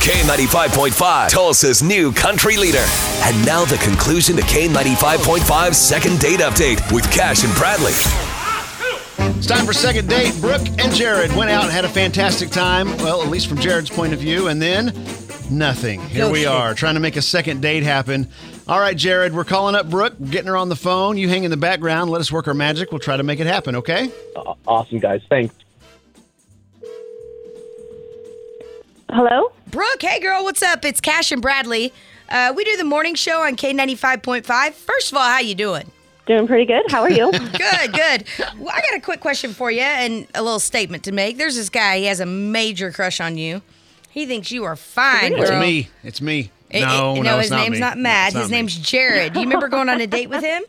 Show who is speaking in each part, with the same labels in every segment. Speaker 1: K95.5, Tulsa's new country leader. And now the conclusion to K95.5's second date update with Cash and Bradley.
Speaker 2: It's time for second date. Brooke and Jared went out and had a fantastic time. Well, at least from Jared's point of view. And then nothing. Here we are trying to make a second date happen. All right, Jared, we're calling up Brooke, getting her on the phone. You hang in the background. Let us work our magic. We'll try to make it happen, okay?
Speaker 3: Aw- Awesome, guys. Thanks.
Speaker 4: Hello?
Speaker 5: Brooke, hey girl, what's up? It's Cash and Bradley. Uh, we do the morning show on K ninety five point five. First of all, how you doing?
Speaker 4: Doing pretty good. How are you?
Speaker 5: Good, good. Well, I got a quick question for you and a little statement to make. There's this guy. He has a major crush on you. He thinks you are fine,
Speaker 2: It's
Speaker 5: girl.
Speaker 2: me. It's me.
Speaker 5: It-
Speaker 2: no,
Speaker 5: it-
Speaker 2: no, it's
Speaker 5: Eh, his
Speaker 2: not
Speaker 5: name's
Speaker 2: me.
Speaker 5: not Matt.
Speaker 2: It's not
Speaker 5: his
Speaker 2: me.
Speaker 5: name's Jared. Do you remember going on a date with him?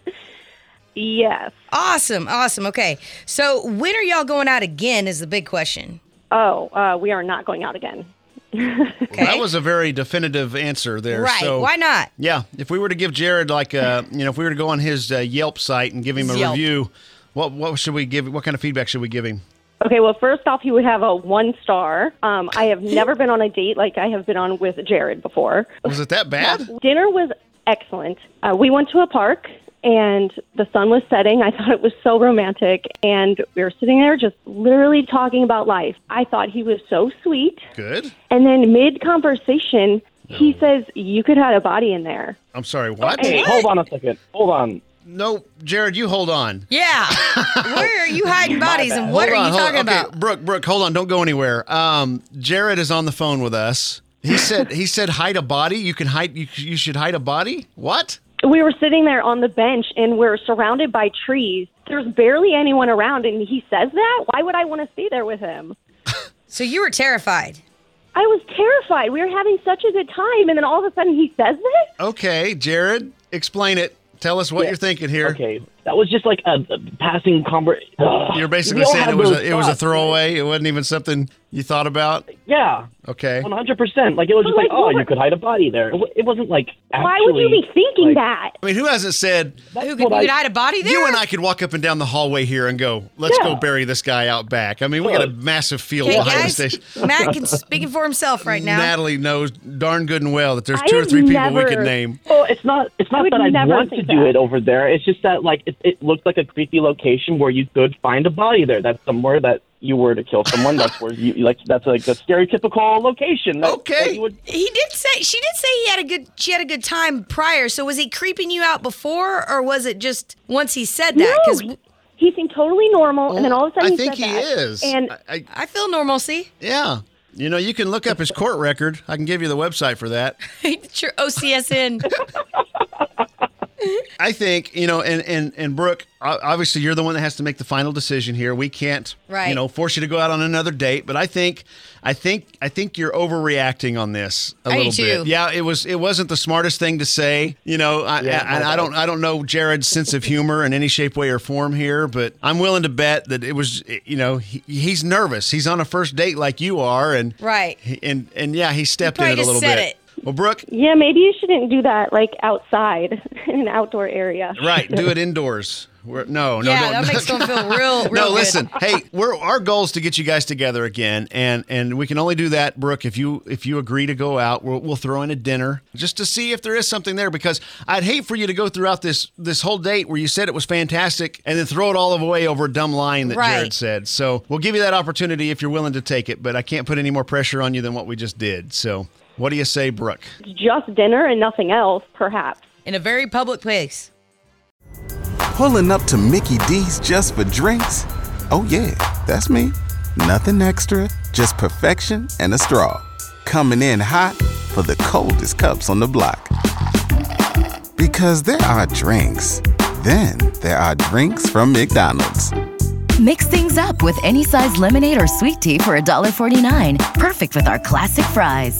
Speaker 4: yes.
Speaker 5: Awesome, awesome. Okay, so when are y'all going out again? Is the big question.
Speaker 4: Oh, uh, we are not going out again.
Speaker 5: Okay,
Speaker 2: That was a very definitive answer there.
Speaker 5: right.
Speaker 2: So,
Speaker 5: Why not?
Speaker 2: Yeah, if we were to give Jared like a, you know, if we were to go on his uh, Yelp site and give him a
Speaker 5: Yelp.
Speaker 2: review, what what should we give? What kind of feedback should we give him?
Speaker 4: Okay, well, first off, he would have a one star. Um, I have never been on a date like I have been on with Jared before.
Speaker 2: Was it that bad?
Speaker 4: Dinner was excellent. Uh, we went to a park and the sun was setting. I thought it was so romantic. And we were sitting there just literally talking about life. I thought he was so sweet.
Speaker 2: Good.
Speaker 4: And then mid conversation, he says, You could have a body in there.
Speaker 2: I'm sorry. What?
Speaker 3: Hey, hold on a second. Hold on.
Speaker 2: No, Jared, you hold on.
Speaker 5: Yeah. Where are you hiding bodies and what
Speaker 2: Hold
Speaker 5: are
Speaker 2: on,
Speaker 5: you
Speaker 2: hold
Speaker 5: talking
Speaker 2: on. Okay,
Speaker 5: about?
Speaker 2: Brooke, Brooke, hold on. Don't go anywhere. Um, Jared is on the phone with us. He said he said hide a body. You can hide. You, you should hide a body. What?
Speaker 4: we were sitting there on the bench and we're surrounded by trees. There's barely anyone around, and he says that. Why would I want to stay there with him?
Speaker 5: So you were terrified.
Speaker 4: I was terrified. We were having such a good time, and then all of a sudden he says this.
Speaker 2: Okay, Jared, explain it. Tell us what
Speaker 3: Yeah.
Speaker 2: you're thinking here.
Speaker 3: Okay, that was just like a, a passing conversation.
Speaker 2: You're basically saying it was a, it was a throwaway. It wasn't even something you thought about.
Speaker 3: Yeah,
Speaker 2: Okay.
Speaker 3: one hundred percent. Like it was
Speaker 4: But,
Speaker 3: just like,
Speaker 4: like,
Speaker 3: oh,
Speaker 4: what-
Speaker 3: you could hide a body there. It wa- It wasn't like. Actually,
Speaker 4: Why would you be thinking
Speaker 3: like,
Speaker 4: that?
Speaker 2: I mean, who hasn't said
Speaker 3: that's
Speaker 5: Who could,
Speaker 3: what
Speaker 5: you
Speaker 3: I-
Speaker 5: could hide a body there?
Speaker 2: you and I could walk up and down the hallway here and go, let's
Speaker 3: Yeah.
Speaker 2: go bury this guy out back. I mean, we got a massive field
Speaker 5: Okay,
Speaker 2: behind the
Speaker 5: guys,
Speaker 2: station.
Speaker 5: Matt can speaking for himself right now.
Speaker 2: Natalie knows darn good and well that there's
Speaker 4: I
Speaker 2: two or
Speaker 4: have
Speaker 2: three people we
Speaker 4: never-
Speaker 2: could name.
Speaker 3: Oh, it's not. It's
Speaker 4: I
Speaker 3: not
Speaker 4: would
Speaker 3: that I
Speaker 4: never
Speaker 3: want to
Speaker 4: think
Speaker 3: do
Speaker 4: that.
Speaker 3: it over there. It's just that like it, it looked like a creepy location where you could find a body there. That's somewhere that you were to kill someone. that's where you you like. That's like the stereotypical location. That,
Speaker 2: Okay.
Speaker 3: That you would,
Speaker 5: He did say she did say he had a good she had a good time prior. So was he creeping you out before or was it just once he said that?
Speaker 4: No,
Speaker 5: Because
Speaker 4: he- he seemed totally normal, and then all of a sudden
Speaker 2: I
Speaker 4: he
Speaker 2: think
Speaker 4: said
Speaker 2: he
Speaker 4: that.
Speaker 2: is.
Speaker 4: And
Speaker 2: I, I-
Speaker 5: I feel normalcy.
Speaker 2: yeah. You know, you can look up his court record. I can give you the website for that.
Speaker 5: it's your OCSN.
Speaker 2: I think you know, and and and Brooke, o- obviously you're the one that has to make the final decision here. We can't, you
Speaker 5: Right.
Speaker 2: know, force you to go out on another date. But I think, I think, I think you're overreacting on this a
Speaker 5: I do
Speaker 2: little bit.
Speaker 5: too.
Speaker 2: Yeah, it was it wasn't the smartest thing to say. You know, I,
Speaker 3: Yeah,
Speaker 2: I, and I don't I don't know Jared's sense of humor in any shape, way, or form here, but I'm willing to bet that it was, you know, he, he's nervous. He's on a first date like you are, and
Speaker 5: Right.
Speaker 2: he- and and yeah, he stepped in
Speaker 5: probably
Speaker 2: it a
Speaker 5: just
Speaker 2: little
Speaker 5: said
Speaker 2: bit. Well, Brooke,
Speaker 4: yeah, maybe you shouldn't do that like outside in an outdoor area.
Speaker 2: right, do it indoors. We're, no, no,
Speaker 5: yeah,
Speaker 2: don't,
Speaker 5: that makes them feel real, real
Speaker 2: no,
Speaker 5: good.
Speaker 2: listen. Hey, we're our goal is to get you guys together again, and and we can only do that, Brooke, if you if you agree to go out. We'll, we'll throw in a dinner just to see if there is something there, because I'd hate for you to go throughout this this whole date where you said it was fantastic and then throw it all away over a dumb line that
Speaker 5: Right.
Speaker 2: Jared said. So we'll give you that opportunity if you're willing to take it, but I can't put any more pressure on you than what we just did. So what do you say, Brooke?
Speaker 4: Just dinner and nothing else, perhaps.
Speaker 5: In a very public place.
Speaker 6: Pulling up to Mickey D's just for drinks? Oh, yeah, that's me. Nothing extra, just perfection and a straw. Coming in hot for the coldest cups on the block. Because there are drinks, then there are drinks from McDonald's.
Speaker 7: Mix things up with any size lemonade or sweet tea for $1.49. Perfect with our classic fries.